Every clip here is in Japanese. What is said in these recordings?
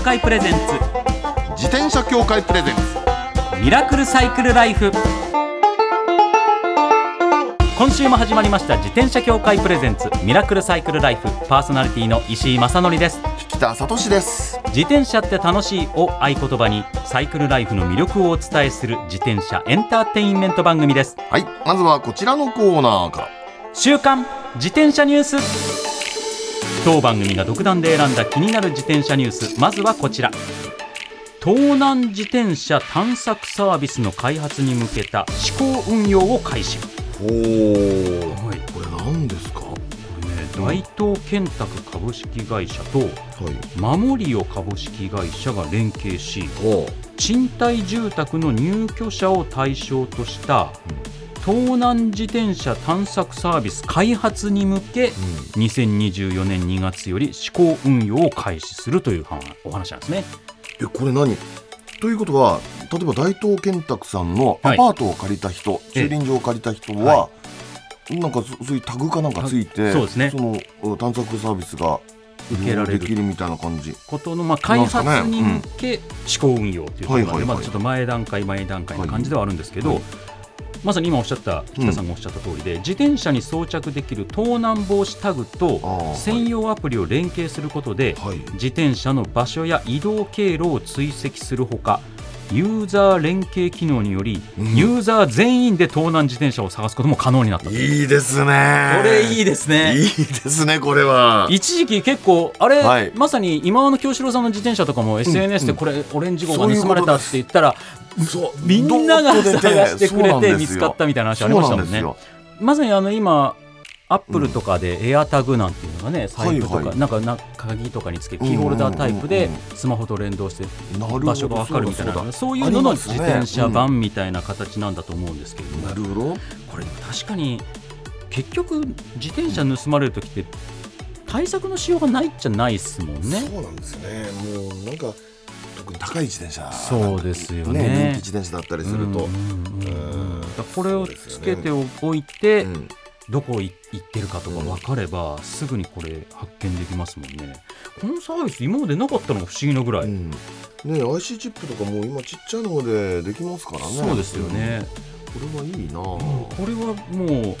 会プレゼンツ自転車協会プレゼンツミラクルサイクルライフ今週も始まりました自転車協会プレゼンツミラクルサイクルライフパーソナリティの石井正則です北里志です自転車って楽しいを合言葉にサイクルライフの魅力をお伝えする自転車エンターテインメント番組ですはいまずはこちらのコーナーから週刊自転車ニュース当番組が独断で選んだ気になる自転車ニュースまずはこちら東南自転車探索サービスの開発に向けた試行運用を開始おおはいこれ何ですかは大東建託株式会社とい守りを株式会社が連携しおー賃貸住宅の入居者を対象とした東南自転車探索サービス開発に向け2024年2月より試行運用を開始するというはお話なんですね。えこれ何ということは例えば大東建託さんのアはいパートを借りた人、ええ駐輪場を借りた人は、なんかそそういうタグかなんかついてタそうですねのうん探索サービスが受けられる利用できるみたいな感じことのまあ開なん発すかねに向け試行運用ということなはいのはいはで、いまだちょっと前段階、前段階の感じではあるんですけはどい、まさに今おっしゃった、北さんがおっしゃった通りで、自転車に装着できる盗難防止タグとあー専用アプリを連携することで、はい自転車の場所や移動経路を追跡するほかユーザー連携機能により、うんユーザー全員で盗難自転車を探すことも可能になったとこいいですねれいいでですねいいですねこれは一時期結構あれ、はいまさに今和の京志郎さんの自転車とかも SNS でこれ、オレンジ号が盗まれたって言ったらそうみんながどーっと出探してくそうれなんてですよ見つかったみたいな話ありましたもんねそうなんまさにあの今アップルとかでエアタグなんていうのがね、財布とか、はいはいなんかな鍵とかにつけキーホルダータイプうでんうんうんスマホと連動してですよなるほど場所がわかるみたいなそうそうだうだいうののあります自ね転車版みたいな形なんだと思うんですけれども、なるほどこれでも確かに結局自転車盗まれる時って対策のしようがないっちゃないですもんね。そうなんですねもうなんか特に高い自転車そうですよね人気自転車だったりすると、うんうんうんうんうんだからこれをつけておいて、うんどこい行ってるかとか分かれば、すぐにこれ発見できますもんねこのサービス今までなかったのが不思議なぐらい、うんね IC チップとかもう今ちっちゃいのでできますからねそうですよね、うんこれはいいなこれはもう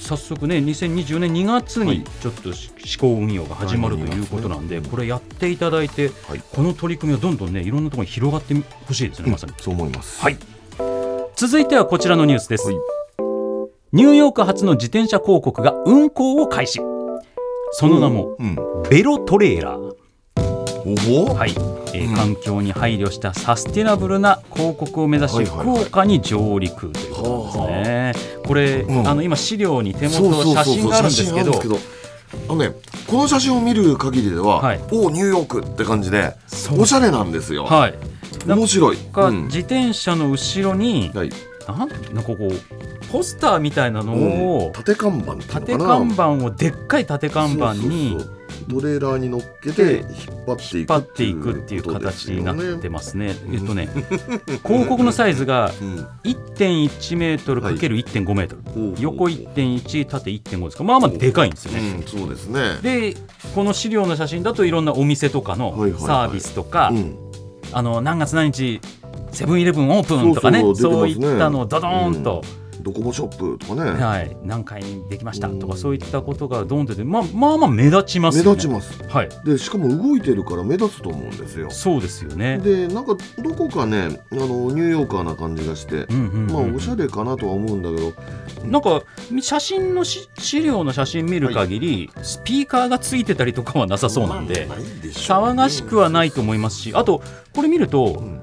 早速ね2020年2月はにいちょっとし試行運用が始まるとはいいうことなんで、二月ねこれやっていただいてはいこの取り組みはどんどんねいろんなところに広がってほしいですねまさに、そう思いますはい続いてはこちらのニュースです、はいニューヨーク発の自転車広告が運行を開始その名もうんベロトレーラーおおはいえー環境に配慮したサスティナブルな広告を目指はしいはいは福い岡に上陸ということなんですね。これ、うんあの今資料に手そ元うそうの写そうそう真があるんですけど写真あるんですけどあのねこの写真を見る限りでは、はいおおニューヨークって感じでそうおしゃれなんですよ、はいなん面白い、かうん自転車の後ろに、はいなんなんかこうポスターみたいなのうんを、縦看板ってい縦うのか看な板をでっかい縦看板にそうそうそうトレーラーに乗っけて引っ張って引っいく張っていくっていう形になってまますね。うんえっとね広告のサイズがすよね、 1.1メートルはい ×1.5 メートル。うん横1.1縦1.5ですかまあまあでかいんですよね。うん、そうですねでこの資料の写真だといろんなお店とかはいはいのはいサービスとか、うん、あの何月何日セブンイレブンオープンとかねそそううそう出てますねいったのをドドーンと、ドコモショップとかね、はい、何回にできましたとうかんそういったことがドーンと出て、まあ、まあまあ目立ちます目よね立ちますはい、でしかも動いてるから目立つと思うんですよそうですよね。でなんかどこかねあのニューヨーカーな感じがしてう、んうんうんまあおしゃれかなとは思うんだけどなんか写真のし資料の写真見る限り、スピーカーがついてたりとかはなさそうなんで、まあまあいいでしょうね騒がしくはないと思いますしあとこれ見ると、ん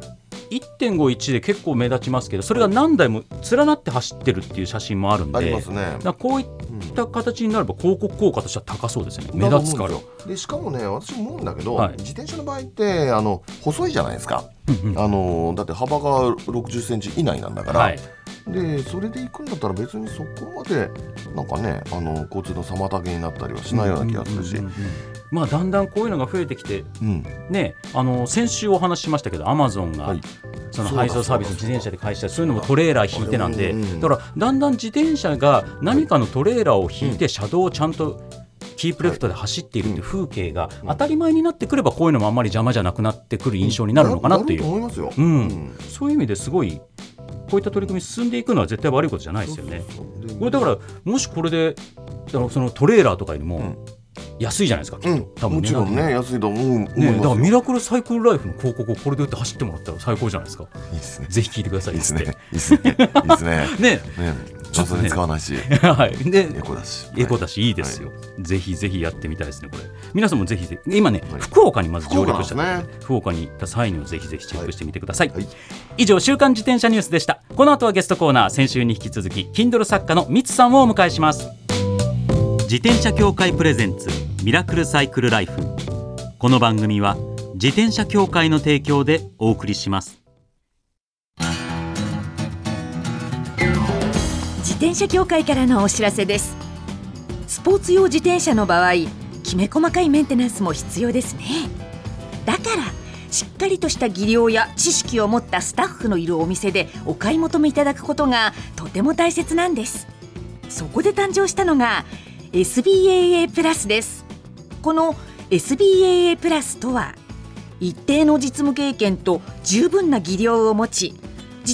1.51で結構目立ちますけどそれが何台も連なって走ってるっていう写真もあるんありでますね、なこういった形になれば広告効果としては高そうですねうん目立つから。でしかもね私思うんだけど、はい自転車の場合ってあの細いじゃないですかうんうんあのだって幅が6 0ンチ以内なんだから、はい、でそれで行くんだったら別にそこまでなんかねあの交通の妨げになったりはしないような気がするし、うんうんうんうんまあ、だんだんこういうのが増えてきて、うんね、あの先週お話ししましたけどアマゾンが、はいそのそうだ配送サービスを自転車で開始したそういうのもトレーラー引いてなんでうんうんうんだからだんだん自転車が何かのトレーラーを引いて車道をちゃんとキープレフトで走っているっていう風景が当たり前になってくればこういうのもあんまり邪魔じゃなくなってくる印象になるのかなっていう、ると思いますよ。うんそういう意味ですごいこういった取り組み進んでいくのは絶対悪いことじゃないですよね。そうそうそう。これだからもしこれであのそのトレーラーとかよりもん安いじゃないですか、きうっんと、多分もねちろんね安いと思う思いますね、だからよ。ミラクルサイクルライフの広告をこれで打って走ってもらったら最高じゃないですか。いいですね。ぜひ聞いてくださいいいっでつすね。っいて。いですね。い いですね。ね、ね、ちょっとねガソリン使わな いし、 はい、でエコだし。エコだしいいですよ、ぜひぜひやってみたいですねこれ皆さんもぜひぜひ今ね、はい福岡にまず福上岡なん陸しですたねので福岡,、に行った際にもぜひぜひチェックしてみてください、はい。以上週刊自転車ニュースでしたこの後はゲストコーナー先週に引き続き Kindle 作家のミツさんをお迎えします自転車協会プレゼンツミラクルサイクルライフこの番組は自転車協会の提供でお送りします自転車協会からのお知らせですスポーツ用自転車の場合きめ細かいメンテナンスも必要ですねだからしっかりとした技量や知識を持ったスタッフのいるお店でお買い求めいただくことがとても大切なんですそこで誕生したのが SBAA プラスですこの SBAA プラスとは一定の実務経験と十分な技量を持ち自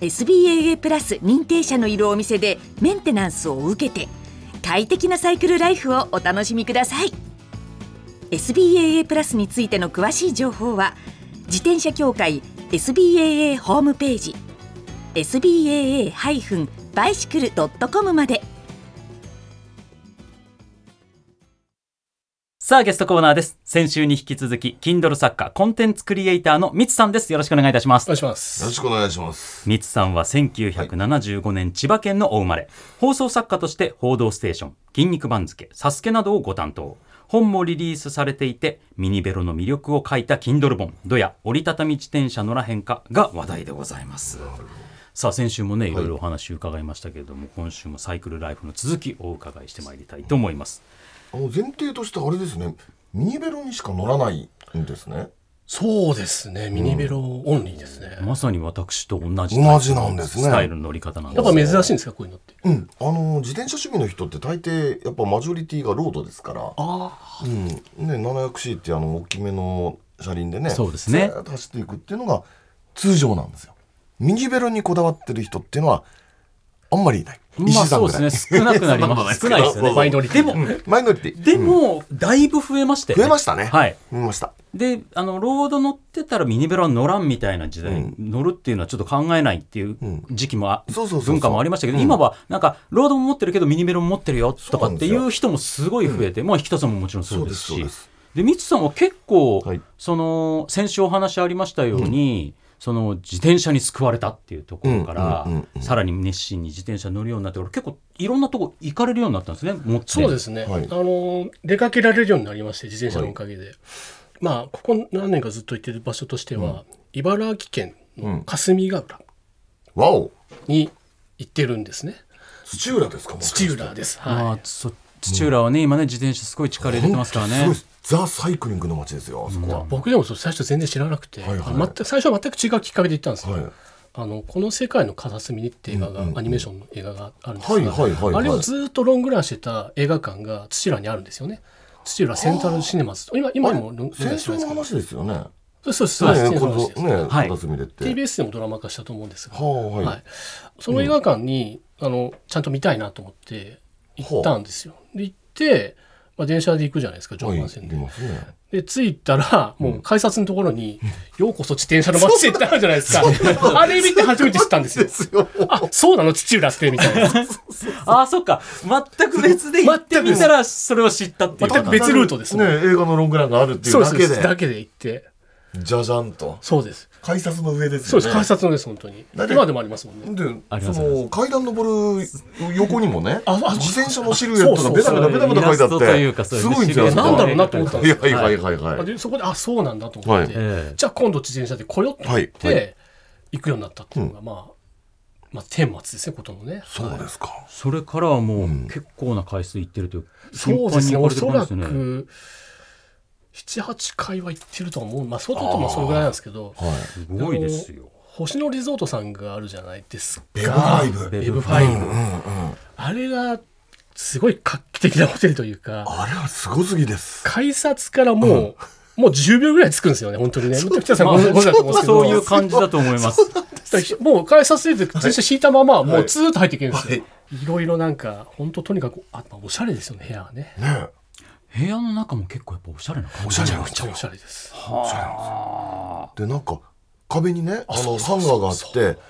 SBAA プラス認定者のいるお店でメンテナンスを受けて快適なサイクルライフをお楽しみください SBAA プラスについての詳しい情報は自転車協会 SBAA ホームページ SBAA-bicycle.com までさあゲストコーナーです先週に引き続き Kindle 作家コンテンツクリエイターのミツさんですよろしくお願いいたしますお願いしまよろす。しくお願いします。三津さんは1975年千葉県のお生まれ、放送作家として報道ステーション、筋肉番付、サスケなどをご担当。本もリリースされていて、ミニベロの魅力を書いた Kindle 本、ドヤ、折りたたみ自転車のら変化が話題でございます。さあ、先週もね、いろいろお話伺いましたけれども、今週もサイクルライフの続きをお伺いしてまいりたいと思います。あの前提としてあれですね、ミニベロにしか乗らないんですね。そうですね。ミニベロオンリーですね。まさに私と同じ同じなんですねスタイルの乗り方なんでやっすぱ。珍しいんですか、こういうのって。うん、あの自転車趣味の人って大抵やっぱマジョリティがロードですから、あうん、ね 700C ってあの大きめの車輪でね、そうですねずーっと走っていくっていうのが通常なんですよ。ミニベロにこだわってる人っていうのはあんまりいない。まあ石井さんそうぐでらすいね、少なくなり ます。そ少んなないですことないですけよどね。マイノリティでも、マイノリティ。でも、だいぶ増えましたよ、ね。増えましたね。はい。増えました。で、あの、ロード乗ってたらミニベロは乗らんみたいな時代、うん乗るっていうのはちょっと考えないっていううん時期もあ、そうそうそうそう文化もありましたけど、うん今はなんか、ロードも持ってるけどミニベロも持ってるよとそうかなんってですいよう人もすごい増えて、まあ、引田さんももちろんそうですそうしですそうで。すで、ミツさんは結構、はいその、先週お話ありましたように、その自転車に救われたっていうところから、うんうんうんうんさらに熱心に自転車乗るようになってから結構いろんなとこ行かれるようになったんですね持ってそうですすね。はいあの、出かけられるようになりまして、自転車のおかげで。まあ、ここ何年かずっと行ってる場所としては、茨城県の霞ヶ浦わおに行ってるんですね。土浦ですかもしかして土浦です。まはあ、そ土浦はね、今ね自転車すごい力入れてますからね本当すごいザ・サイクリングの街ですよ、あそこい。は。僕でもそう最初全然知らなくて、はいはいあの全く最初は全く違うきっかけで行ったんですよ。はい。あのこの「世界の片隅に」って映画が、アニメーションの映画があるんですはいはいはいはいがあれをずっとロングランしてた映画館が土浦にあるんですよね土浦セントラルシネマズ今今あでれもロング戦ランして争ないので話すけどですよね。そうそうそうねえ戦争の話こです、とね、はい片隅でって。 TBS でもドラマ化したと思うんですが、はあはいその映画館に、あのちゃんと見たいなと思って行ったんですよで行って、まあ、電車で行くじゃないですか常はい、磐線で、出ますね。で着いたらもう改札のところに「ようこそ自転車の街」ってあるじゃないです かあれ見て初めて知ったんですよですよ。あそうなの土浦ってみたい なああ、そっか。全く別で行ってみたら、それを知ったっていう。全く別ルートですねね。映画のロングランがあるっていうそうだそうけでで。すだけで行ってじゃじゃんとそうです改札の上ですそうよねです改札のです本当にだって今でもありますもんねでありがとうございまそすの階段登る横にもねああ自転車のシルエットがそうそうベタベタベタベタ書いてあイラストとっていうかそういうすごいんですよシルエットなんだろうなと思ったんですよはいはいはいはいあでそこであそうなんだと思はっいて、ええじゃあ今度自転車で来よって、はいはい行くようになったっていうのが、まあ、まあ天末ですねことのねそうですかそれからはもう結構な回数行ってるという、そうです頻繁に行ねおかれてそる感らじですよねく78回は行ってるとは思うまあ外ともそれぐらいなんですけどはいすごいですよ。星野リゾートさんがあるじゃないですかベブファイブベベブブフファァイイブブ、あれがすごい画期的なホテルというかあれはすごすぎです改札からもう、もう10秒ぐらいつくんですよね本当にね北さんごめんごめんなさいと思うまんあ、ですけど そういう感じだと思います。だからもう改札出て自転車引いたまま、もうツーッと入っていけるんですよ、はいいろいろなんか本当とにかくあ、まあおしゃれですよね部屋はねね部屋の中も結構やっぱおしゃれな感おじ。しゃれめちなゃんくですちゃよおしゃれですでなんか壁にねあのハンガーがあって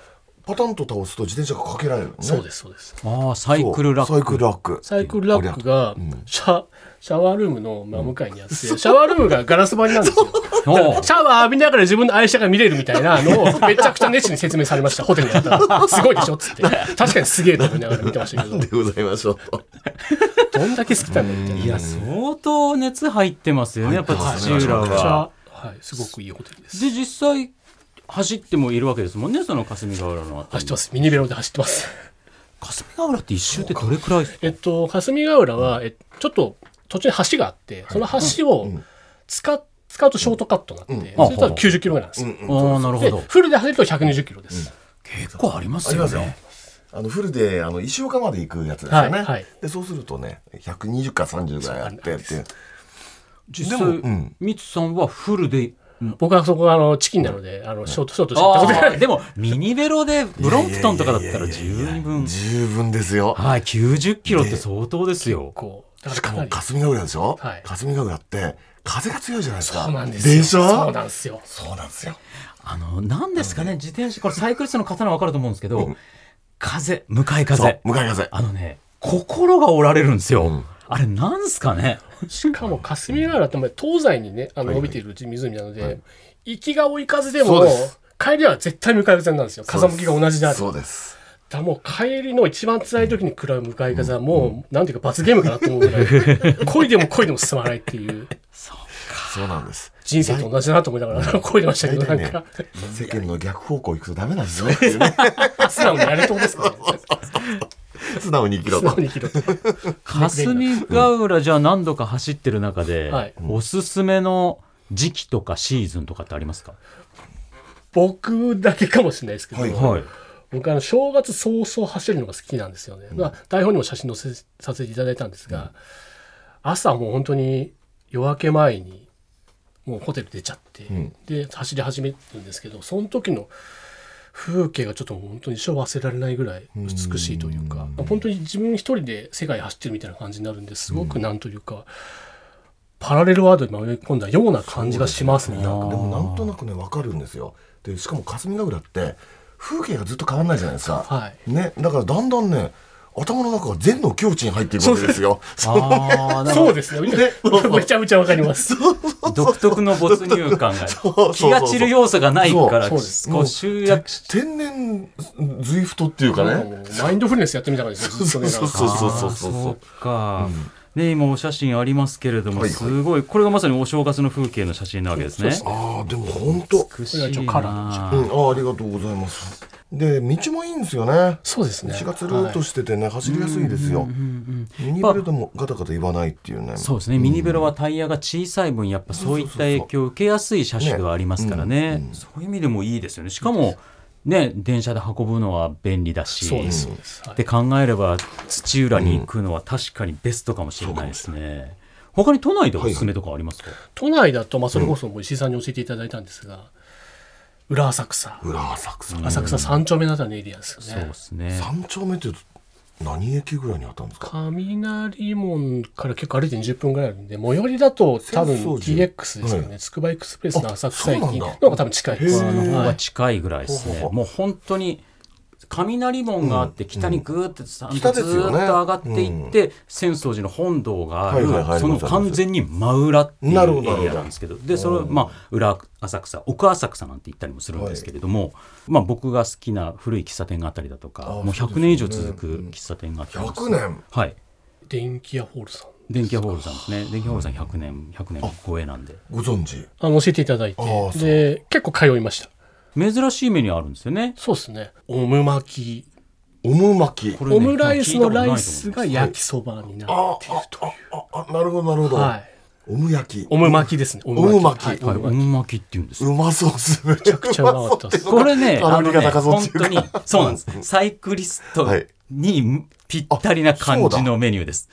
パタンと倒すと自転車がかけられるのねそうですそうですああ、サイそうクルラック。サイクルラックサイクルラックがシャシャワールームの真向かいにあって、シャワールームがガラス張りなん ですよ。おうシャワー浴びながら自分の愛車が見れるみたいなのをめちゃくちゃ熱心に説明されました、ホテルにあったら。すごいでしょっつって。確かにすげえと思いながら見てましたけど、でございましょうとどんだけ好きなんだみたいな。いや、相当熱入ってますよね、やっぱ土浦めちゃくちは。ゃはい、すごくいいホテルです。で、実際、走ってもいるわけですもんね、その霞ヶ浦の辺り走ってます。ミニベロで走ってます。霞ヶ浦って一周ってどれくらいですかえっと、霞ヶ浦は、えちょっと途中に橋があって、その橋を使,、使うとショートカットになって、うんそれとは90キロぐらいなんですよ。ああ、なるほでど。フルで走ると120キロです、結構ありまあすりよますよね。。 あのフルであの石岡まで行くやつですよね。はいはいでそうするとね、120か30ぐらいあってっていう。実でも際うん、ミツさんはフルで。僕はそこがあのチキンなので、あのショートショートしか行ったことあがあ、な いでも、ミニベロでブロンプトンとかだったら十分。十分ですよ。はい、90キロって相当ですよ。こうだからしかかなもり霞ヶ浦でしょ。はい霞ヶ浦って風が強いじゃないですか。そうなんですよでしょ。そうなんですよそうなんですよ。あの、なんですかね、自転車、これサイクリストの方はわかると思うんですけど、風、向かいそう風。向かい風。あのね、心が折られるんですよ。あれ、なんすかね。しかも霞ヶ浦って東西にねあの伸びている湖なので、行きが追い風でもそうです帰りは絶対向かい風なんですよ風向きが同じであるそうです。だからもう帰りの一番辛い時に食らう向かい風はもう、なんていうか罰ゲームかなと思うぐらい 恋でも恋でも進まないっていうそうなんです。人生と同じだなと思いながら恋でました大けどな体んねか、世間の逆方向行くとダメなんですね。素直にやれともで すからね素直に生きろ素直と。に生きろと霞ヶ浦じゃあ何度か走ってる中で、はいおすすめの時期とかシーズンとかってありますか僕だけかもしれないですけど、はいはい。僕あの正月早々走るのが好きなんですよね、まあ、台本にも写真載せさせていただいたんですが、朝もう本当に夜明け前にもうホテル出ちゃって、で走り始めるんですけどその時の風景がちょっともう本当に一生忘れられないぐらい美しいというか、本当に自分一人で世界走ってるみたいな感じになるんですごくなんというか、パラレルワールドに迷い込んだような感じがしますねなんかでもなんとなくね分かるんですよでしかも霞ヶ浦って風景がずっと変わんないじゃないですか、はね、だからだんだんね頭の中が禅の境地に入っていくわけですよああ、なんそうかですね めちゃめちゃわかります独特の没入感が そうそうそ気うが散る要素がないから、そこううそうです集約し天然ズイフトっていうかなんかねもうマインドフルネスやってみた感じですよずっとねなんかそうそうそうそうあーそうか、ね今お写真ありますけれども、はいはいすごいこれがまさにお正月の風景の写真なわけですねああでも本当、美れはし一い応なカラーでしうん、ああありがとうございますで道もいいんですよねそうですね。道がつるっとしててね、走りやすいですよ、ミニベルでもガタガタ言わないっていうねそうですねミニベロはタイヤが小さい分やっぱそういった影響を受けやすい車種ではありますからねそういう意味でもいいですよねしかもね電車で運ぶのは便利だしそうです。そうです。はいで考えれば土浦に行くのは確かにベストかもしれないですね、他に都内でおすすめとかありますか、都内だと、まあ、それこそもう石井さんに教えていただいたんですが、裏浅草、裏浅草、浅草三丁目のあたりのエリアですよそうねで。すね三丁目って何駅ぐらいにあったんですか雷門から結構歩いて20分ぐらいあるんで、最寄りだと多分浅草寺 TX ですよはね。つくばエクスプレスの浅草あそうなん駅だの方が多分近いです。の方はがい近いぐらいですね、ほうほうほうもう本当に雷門があって北にぐーってずーっ北とですよね上がっていって浅草寺の本堂があるはいはいはいその完全に真裏っていうなるほどエリアなんですけどでそれはまあ裏浅草奥浅草なんて言ったりもするんですけれどもまあ僕が好きな古い喫茶店があったりだとかあもうそう100ですよね年以上続く喫茶店があったり100年はい電気屋ホールさん電気屋ホールさんですね電気屋ホールさん100年100年超えなんでご存知あの教えていただいあーそてうで結構通いました珍しいメニューあるんですよねそうですねオム巻きオム巻きこれねオムライスのライス聞がい焼きそばになるあああああなるほどなるほど、はいオム焼きオム巻きですねオム巻きはいたことないと思いますはいオム巻きって言うんですようまそうですめちゃくちゃうまかった ですこれね、カロリーがね高そうっ本ていうか当に、そうなんです。サイクリストはいにぴったりな感じのメニューです。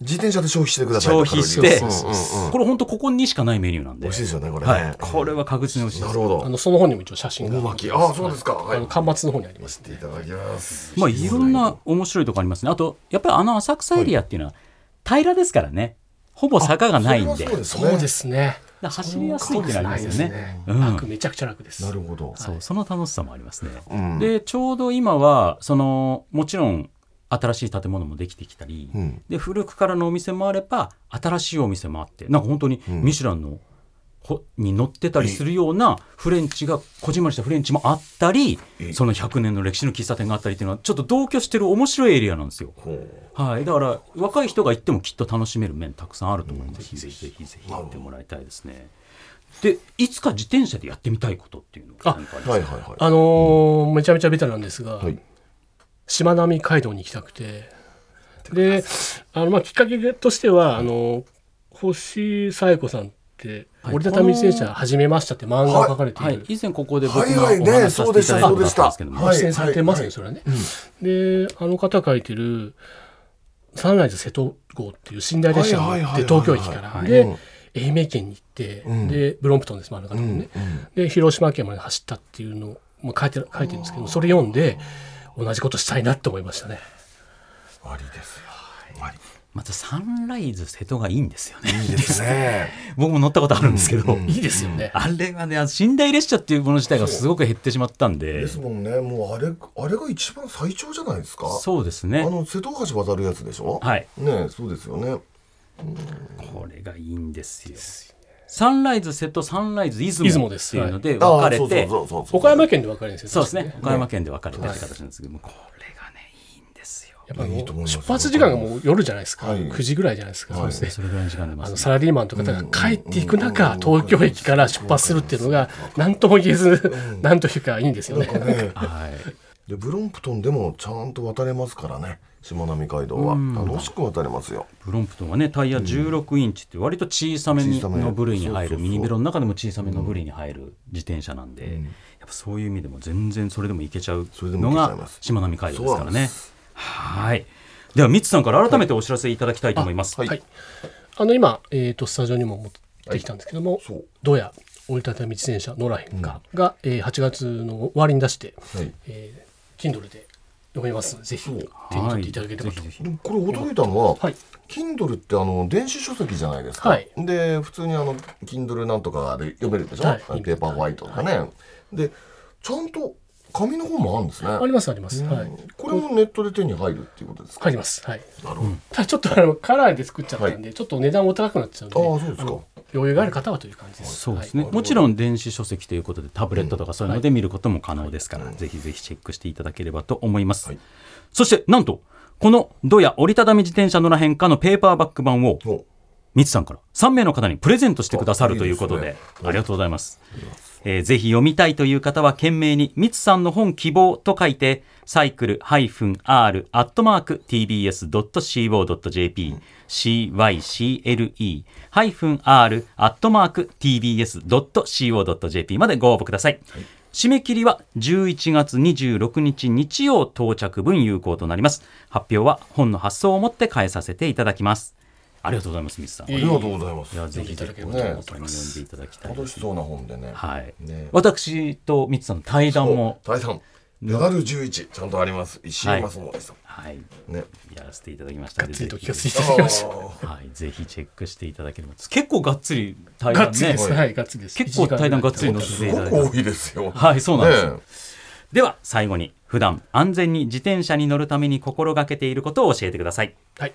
自転車で消費してください消費して、カロリーをうんうんうんこれ本当ここにしかないメニューなんで美味しい、ですよねこれね、はい、これは確実に美味しいでなする。ほあどのその本にも一応写真オがム巻きああそうですかはあいの巻末の方にありますしていただきますまあ、いろんな面白いとこありますね。あと、やっぱりあの浅草エリアっていうのは平らですからね。ほぼ坂がないんで、それはそうですねそうですねだから走りやすいっていうのはありますよね。うん楽めちゃくちゃ楽ですなるほどそう、その楽しさもありますね。うんで、ちょうど今は、その、もちろん、新しい建物もできてきたり、うんで古くからのお店もあれば新しいお店もあってなんか本当に「ミシュランの」ほに載ってたりするようなフレンチがこじんまりしたフレンチもあったりその100年の歴史の喫茶店があったりっていうのはちょっと同居してる面白いエリアなんですよ。はい、だから若い人が行ってもきっと楽しめる面たくさんあると思います、ぜひぜひぜひ行ってもらいたいですね。でいつか自転車でやってみたいことっていうのが何かありますはいかはいはいあのーめちゃめちゃベタなんですが、はいしまなみ海道に行きたくてであの、まあ、きっかけとしてはあの星紗栄子さんって「はい折りたたみ自転車始めました」って漫画を書かれていはる、い、以前ここで僕がおはいはいね話しさせていただいたことがあったんですけども、はい出演されてますね、はいそれはね、であの方が書いてる「サンライズ瀬戸号」っていう寝台列車にはいはい乗っはいてはい東京駅から、はいうんで愛媛県に行って、んでブロンプトンですあの方もね、で広島県まで走ったっていうのをまあ書いてる書いてるんですけどそれ読んで同じことしたいなって思いましたね。ありですよありまたサンライズ瀬戸がいいんですよね。いいですね。僕も乗ったことあるんですけど、いいですよね。あれはね、あの寝台列車っていうもの自体がすごく減ってしまったんで で、すもんね。もうあれあれが一番最長じゃないですか。そうですあね。の瀬戸大橋渡るやつでしょ。はい。ねえそうですよね。これがいいんですよ。サンライズ瀬戸、サンライズ出雲出雲ですっていうのであ分かれて、そうそうそうそう岡山県で分かれるんですよ。そうです確ねか。岡山県で分かれてって形なんですけども、これがね、いいんですよ。にね。いやいっとぱ思いあのます出発時間がもう夜じゃないですか。はい9時ぐらいじゃないですか。そうですね。それぐらいの時間でまあのす、サラリーマンとかが帰っていく中、東京駅から出発するっていうのが何とも言えず、何というかいいんですよね。ねはい。でブロンプトンでもちゃんと渡れますからね。しまなみ海道は楽しく渡れますよ。ブロンプトンはね、タイヤ16インチって割と小さめに小さめの部類に入そうそうる、そうミニベロの中でも小さめの部類に入る自転車なんで、やっぱそういう意味でも全然それでもいけちゃうそれでものいけちゃいがますしまなみ海道ですからそうなんねで。すはい。では、ミツさんから改めてお知らせいただきたいと思います。はいはい。あの、今、えっと、スタジオにも持ってきたんですけどもそう、ドヤ折りたたみ自転車ノラへんかが、えー8月の終わりに出して、はい。えー Kindle で読めますので、ぜひ手に取っていただければと。でもこれ驚いたのは、はい Kindle ってあの電子書籍じゃないですか、はいで普通にあの Kindle なんとかで読めるでしょ、はいペーパーホワイトとかね、でちゃんと紙の本もあるんですねありますあります。はい。これもネットで手に入るっていうことですか入ります。はい。なるほどただちょっとあのカラーで作っちゃったんで、ちょっと値段も高くなっちゃうんで、あーそうですかあの余裕がある方はという感じです。そうですね、もちろん電子書籍ということでタブレットとかそういうので見ることも可能ですから、ぜひぜひチェックしていただければと思います、はいそしてなんとこの「ドヤ折りたたみ自転車のらへんか」のペーパーバック版をおミツさんから3名の方にプレゼントしてくださるということであいいですねありがとうございます、えーぜひ読みたいという方は懸命にミツさんの本希望と書いてサイクル -r-tbs.co.jp cycle-r-tbs.co.jp までご応募ください、締め切りは11月26日日曜到着分有効となります発表は本の発送をもって返させていただきますありがとうございますミツさんありがとうございますいやぜひぜひお手元に読んでいただきたいで楽す。しそうな本でねはい。ね私とミツさんの対談も大さんメダル11ちゃんとあります石井正則さん、はいねやらせていただきましたがので。っつりとぜひ聞かせていただきました。はい。ぜひチェックしていただければ。結構がっつり対ガッ談ツリねで。す。はい、ガッツリです。結構対談がっつり載あせすていごただいくて。多いですよはいそうなんですねでは最後に普段安全に自転車に乗るために心がけていることを教えてください。はい、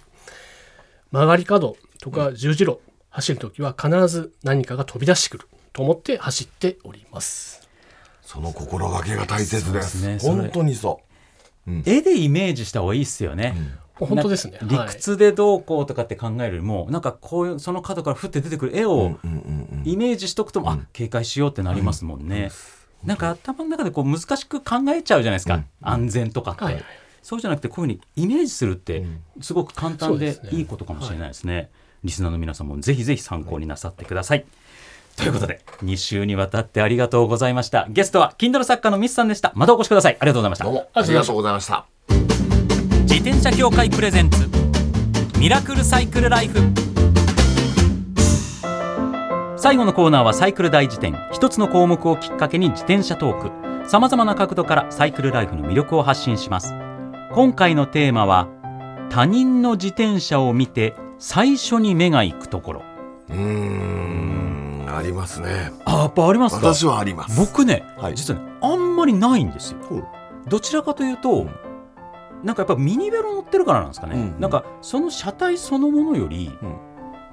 曲がり角とか十字路、走るときは必ず何かが飛び出してくると思って走っております。その心がけが大切ですそうですね本当にそ絵でイメージした方がいいっすよね。本当ですね。理はい屈でどうこうとかって考えるよりも、なんかこういうその角からふって出てくる絵う、をうんうんイメージしとくと、あ警戒しようってなりますもんね。なんか頭の中でこう難しく考えちゃうじゃないですか、うん安全とかって、はいはいそうじゃなくてこういうふうにイメージするってすごく簡単そうでですねいいことかもしれないですね、リスナーの皆さんもぜひぜひ参考になさってください、ということで2週にわたってありがとうございましたゲストは Kindle 作家のミスさんでしたまたお越しくださいありがとうございましたどうもありがとうございました自転車協会プレゼンツミラクルサイクルライフ最後のコーナーはサイクル大辞典一つの項目をきっかけに自転車トークさまざまな角度からサイクルライフの魅力を発信します今回のテーマは他人の自転車を見て最初に目が行くところうーんありますねあやっぱありま私はあります僕ね、はい実はねあんまりないんですよほうどちらかというと、んなんかやっぱミニベロ乗ってるからなんですかね、うんうんなんかその車体そのものより、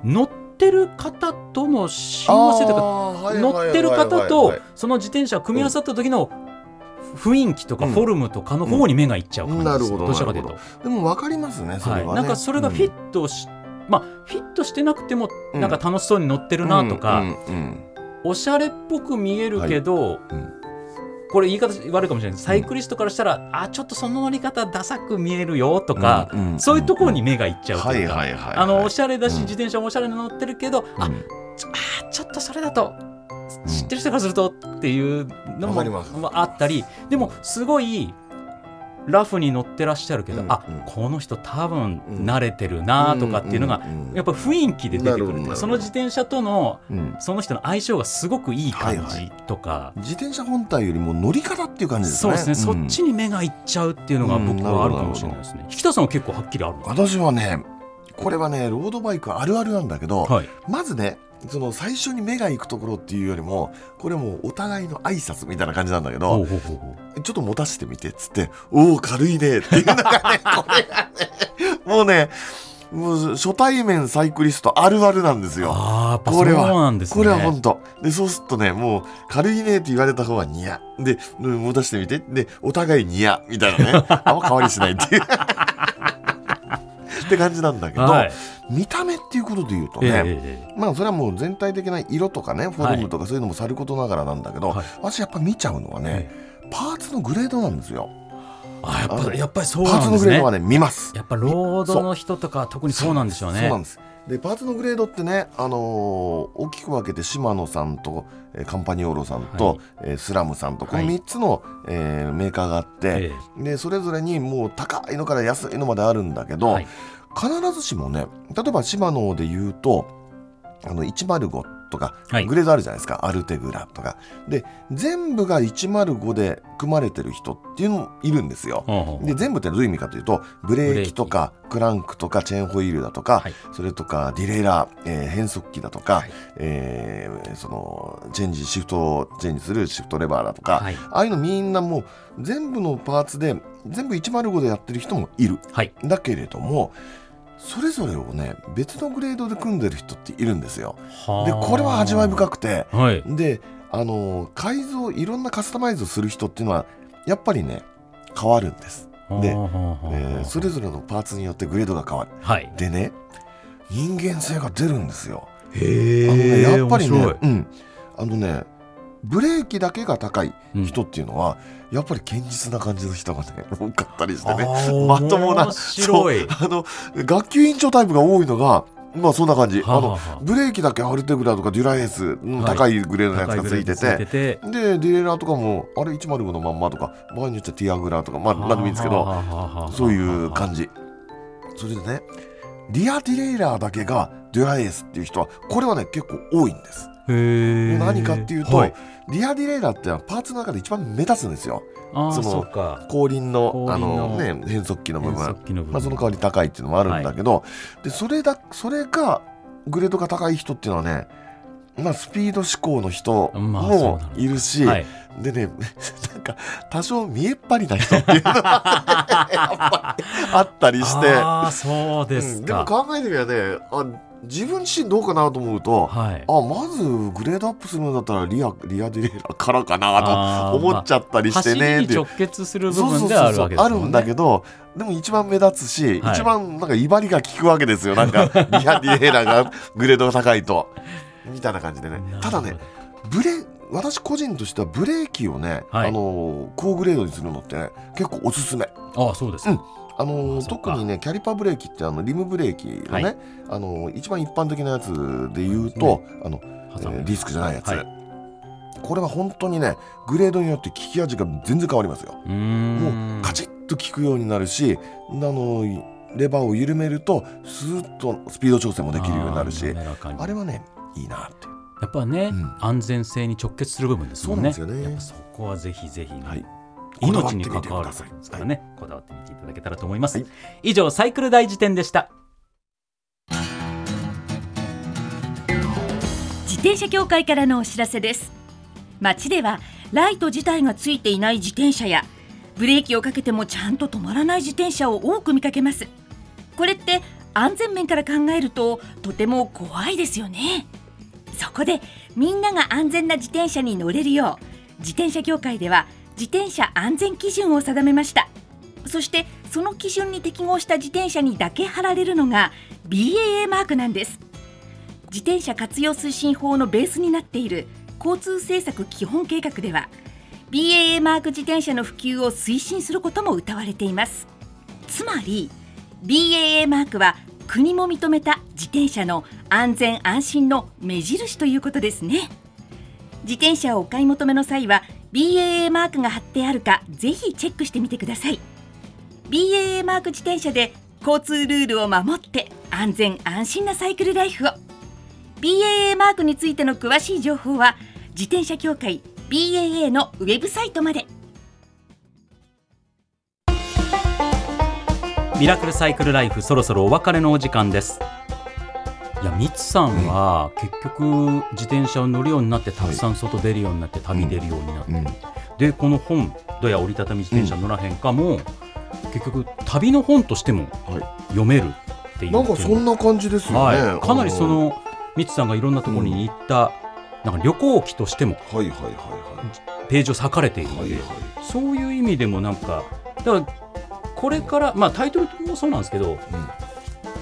乗ってる方との親和性というかあー乗ってるはいはい方はいはいとはいその自転車を組み合わさった時の雰囲気とかうんフォルムとかの方に目がいっちゃう感じです、なるほどどちらかというと、なるでも分かりますねそはれい、はねなんかそれがフィットし、まあフィットしてなくてもなんか楽しそうに乗ってるなとか、うんうんうんおしゃれっぽく見えるけど、うんこれ言い方悪いかもしれないサイクリストからしたら、あちょっとその乗り方ダサく見えるよとか、うんうんうんそういうところに目がいっちゃうとはいいうかはいはいはいあのおしゃれだうしん自転車もおしゃれに乗ってるけど、あうんちょっとそれだと知ってる人からするとっていうのわもかりますまああったりでもすごいラフに乗ってらっしゃるけど、うんあうんこの人多分うん慣れてるなとかっていうのが、うんうんうんやっぱ雰囲気で出てくなるほどなるるほどその自転車とのうんその人の相性がすごくいい感はいじとか。自転車本体よりも乗り方っていう感じですそうねですね、そんっちに目がいっちゃうっていうのがうん僕はあるかもしれないですね。引田さんは結構はっきりあるのか私はねこれはねロードバイクあるあるなんだけど、な。はい。まずねその最初に目が行くところっていうよりもこれもうお互いの挨拶みたいな感じなんだけほどうほうほうほうちょっと持たせてみてっつって「おお軽いね」っていうの がねこれがねもうねもう初対面サイクリストあるあるなんですよ。ああ、やっぱそこうれはなんですね。これは本当でそうするとねもう「軽いね」って言われた方はニヤでうん持たせてみてでお互いニヤみたい なねあんま変わりしないっていうって感じなんだけど、はい。見た目っていうことで言うとえね、えええまあそれはもう全体的な色とかねフォルムとかそういうのもさることながらなんだけど、はい私やっぱ見ちゃうのはね、パーツのグレードなんですよあやっあぱのやっぱりそうパーなツんのですグレーねドは。ね見ますやっぱロードの人とかは特にそうなんでしょうね。そうなんですでパーツのグレードってね、あのー大きく分けて島野さんと、えーカンパニオーロさんと、はいえースラムさんとこのはい3つの、えーメーカーがあって、えでそれぞれにもう高いのから安いのまであるんだけえど、はい必ずしもね例えば島野で言うとあの105とかはいグレードあるじゃないですか、アルテグラとかで全部が105で組まれてる人っていうのもいるんですよ。ほうほうほうで全部ってどういう意味かというとブレーキとかクランクとかチェーンホイールだとか、はいそれとかディレイラー、えー変速機だとか、はいえーそのチェンジシフトをチェンジするシフトレバーだとか、はいああいうのみんなもう全部のパーツで全部105でやってる人もいる。はい。だけれどもそれぞれをね別のグレードで組んでる人っているんですよ。ではあこれは味わい深くてはい。であの改造いろんなカスタマイズをする人っていうのはやっぱりね変わるんです。ではあはあはあえーそれぞれのパーツによってグレードが変わる。はい。でね人間性が出るんですよ。へあのねやっぱり面ね白い、うん、あのねブレーキだけが高いうん人っていうのは、やっぱり堅実な感じの人がね多かったりしてあねー まともな面白い。あの学級委員長タイプが多いのがまあそんな感じ、はあはああのブレーキだけアルテグラとかデュラエース、うんはい高いグレードのやつ高いがグつレーいドてついててて。でディレイラーとかもあれ105のまんまとか場合によっちゃティアグラとかまあ何でもいいんですけどどそういう感じそれでねリアディレイラーだけがデュラエースっていう人はこれはね結構多いんですじ。へえ。何かっていうと、はいリアディレイラーってのはパーツの中で一番目立つんですよああ、そのそうか。後輪の後輪あのの、ね、変速機の部分変速機の部分まあ、その代わり高いっていうのもあるんだけど、でそれだそれがグレードが高い人っていうのはねまあ、スピード志向の人まあそうもなのいるし、はい。でね なんか多少見えっ張りな人っていうのが やっぱりあったりしてああそうですうんでもか、考えてみればねあ自分自身どうかなと思うと、はいあまずグレードアップするんだったらリアリアディレイラーからかなあとー思っちゃったりして走りねにっていう直結する部そうそ分うではそあうるそわうけですあもるんねんだけどでも一番目立つし、はい一番なんか威張りが効くわけですよなんかリアディレイラーがグレードが高いとみたいな感じでねなるたほだどねブレ私個人としてはブレーキをね、はいあの高グレードにするのってね、結構おすすめああそうですか、うんあのあーそっ特かにねキャリパーブレーキってあのリムブレーキのね、はいあのー一番一般的なやつで言うと、あのハサミえーディスクじゃないやつ、はいこれは本当にねグレードによって効き味が全然変わりますよ。うーんもうカチッと効くようになるしあのーレバーを緩めるとスーッとスピード調整もできるようになるしあーあ滑らかにれはねいいなっていうやっぱね、うん安全性に直結する部分ですもんねそうなんですよねやっぱそこはぜひぜひね、はい命に関わることですからね。ねこだわってみていただけたらと思います、はい以上サイクル大辞典でした自転車協会からのお知らせです街ではライト自体がついていない自転車やブレーキをかけてもちゃんと止まらない自転車を多く見かけますこれって安全面から考えるととても怖いですよねそこでみんなが安全な自転車に乗れるよう自転車協会では自転車安全基準を定めましたそしてその基準に適合した自転車にだけ貼られるのが BAA マークなんです自転車活用推進法のベースになっている交通政策基本計画では BAA マーク自転車の普及を推進することも謳われていますつまり BAA マークは国も認めた自転車の安全安心の目印ということですね自転車をお買い求めの際は BAA マークが貼ってあるかぜひチェックしてみてください BAA マーク自転車で交通ルールを守って安全安心なサイクルライフを BAA マークについての詳しい情報は自転車協会 BAA のウェブサイトまでミラクルサイクルライフそろそろお別れのお時間ですいやみつさんは結局自転車を乗るようになってたくさん外出るようになって旅出るようになって、うんでこの本「どや折りたたみ自転車乗らへんかも」結局旅の本としてもは読めるっていうなんかそんな感じですよね。はい、かなりそあのミツさんがいろんなところに行った、なんか旅行記としてもーはいはいはいはい。ページを割かれているのはいで、はいそういう意味でもなんかだからこれから、まあ、タイトルもそうなんですけどうん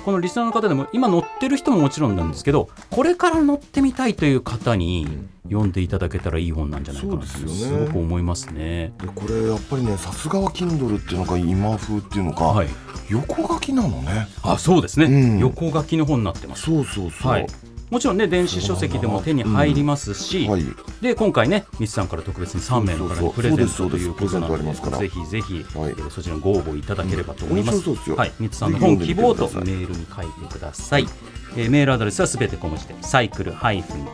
このリスナーの方でも今乗ってる人ももちろんなんですけどこれから乗ってみたいという方に読んでいただけたらいい本なんじゃないかなとそうす,、ですよねごく思いますね。でこれやっぱりねさすがは Kindle っていうのが今風っていうのか、はい、横書きなのねあそうですね、うん横書きの本になってます。そうそうそうはいもちろんね電子書籍でも手に入りますし、はいで今回ね、ミスさんから特別に3名の方にプレゼンそトとうですいそううですことなプレゼントありますかのらで、ぜひぜひ、はいえーそちらのご応募いただければと思いま面白そうですす。よはい、ミツさんの本ぜ希ひ望読んでとみメーてくださいルに書いてください。えーメールアドレスはすべて小文字で、サイクル -r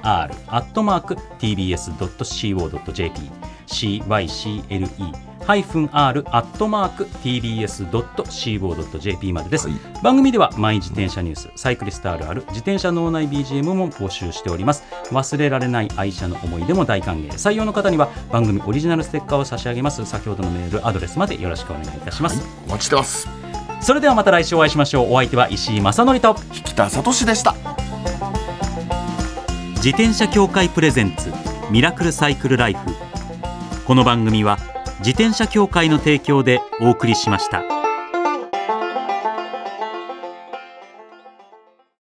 アットマーク tbs.co.jp、cycle -r アットマーク tbs.co.jp までです。はい番組では毎自転車ニュース、サイクリスト RR、自転車脳内 BGM も募集しております。忘れられない愛車の思い出も大歓迎。採用の方には番組オリジナルステッカーを差し上げます。先ほどのメールアドレスまでよろしくお願いいたします。お待ちしてますそれではまた来週お会いしましょう。お相手は石井正則と引田聡でした自転車協会プレゼンツミラクルサイクルライフ。この番組は自転車協会の提供でお送りしました。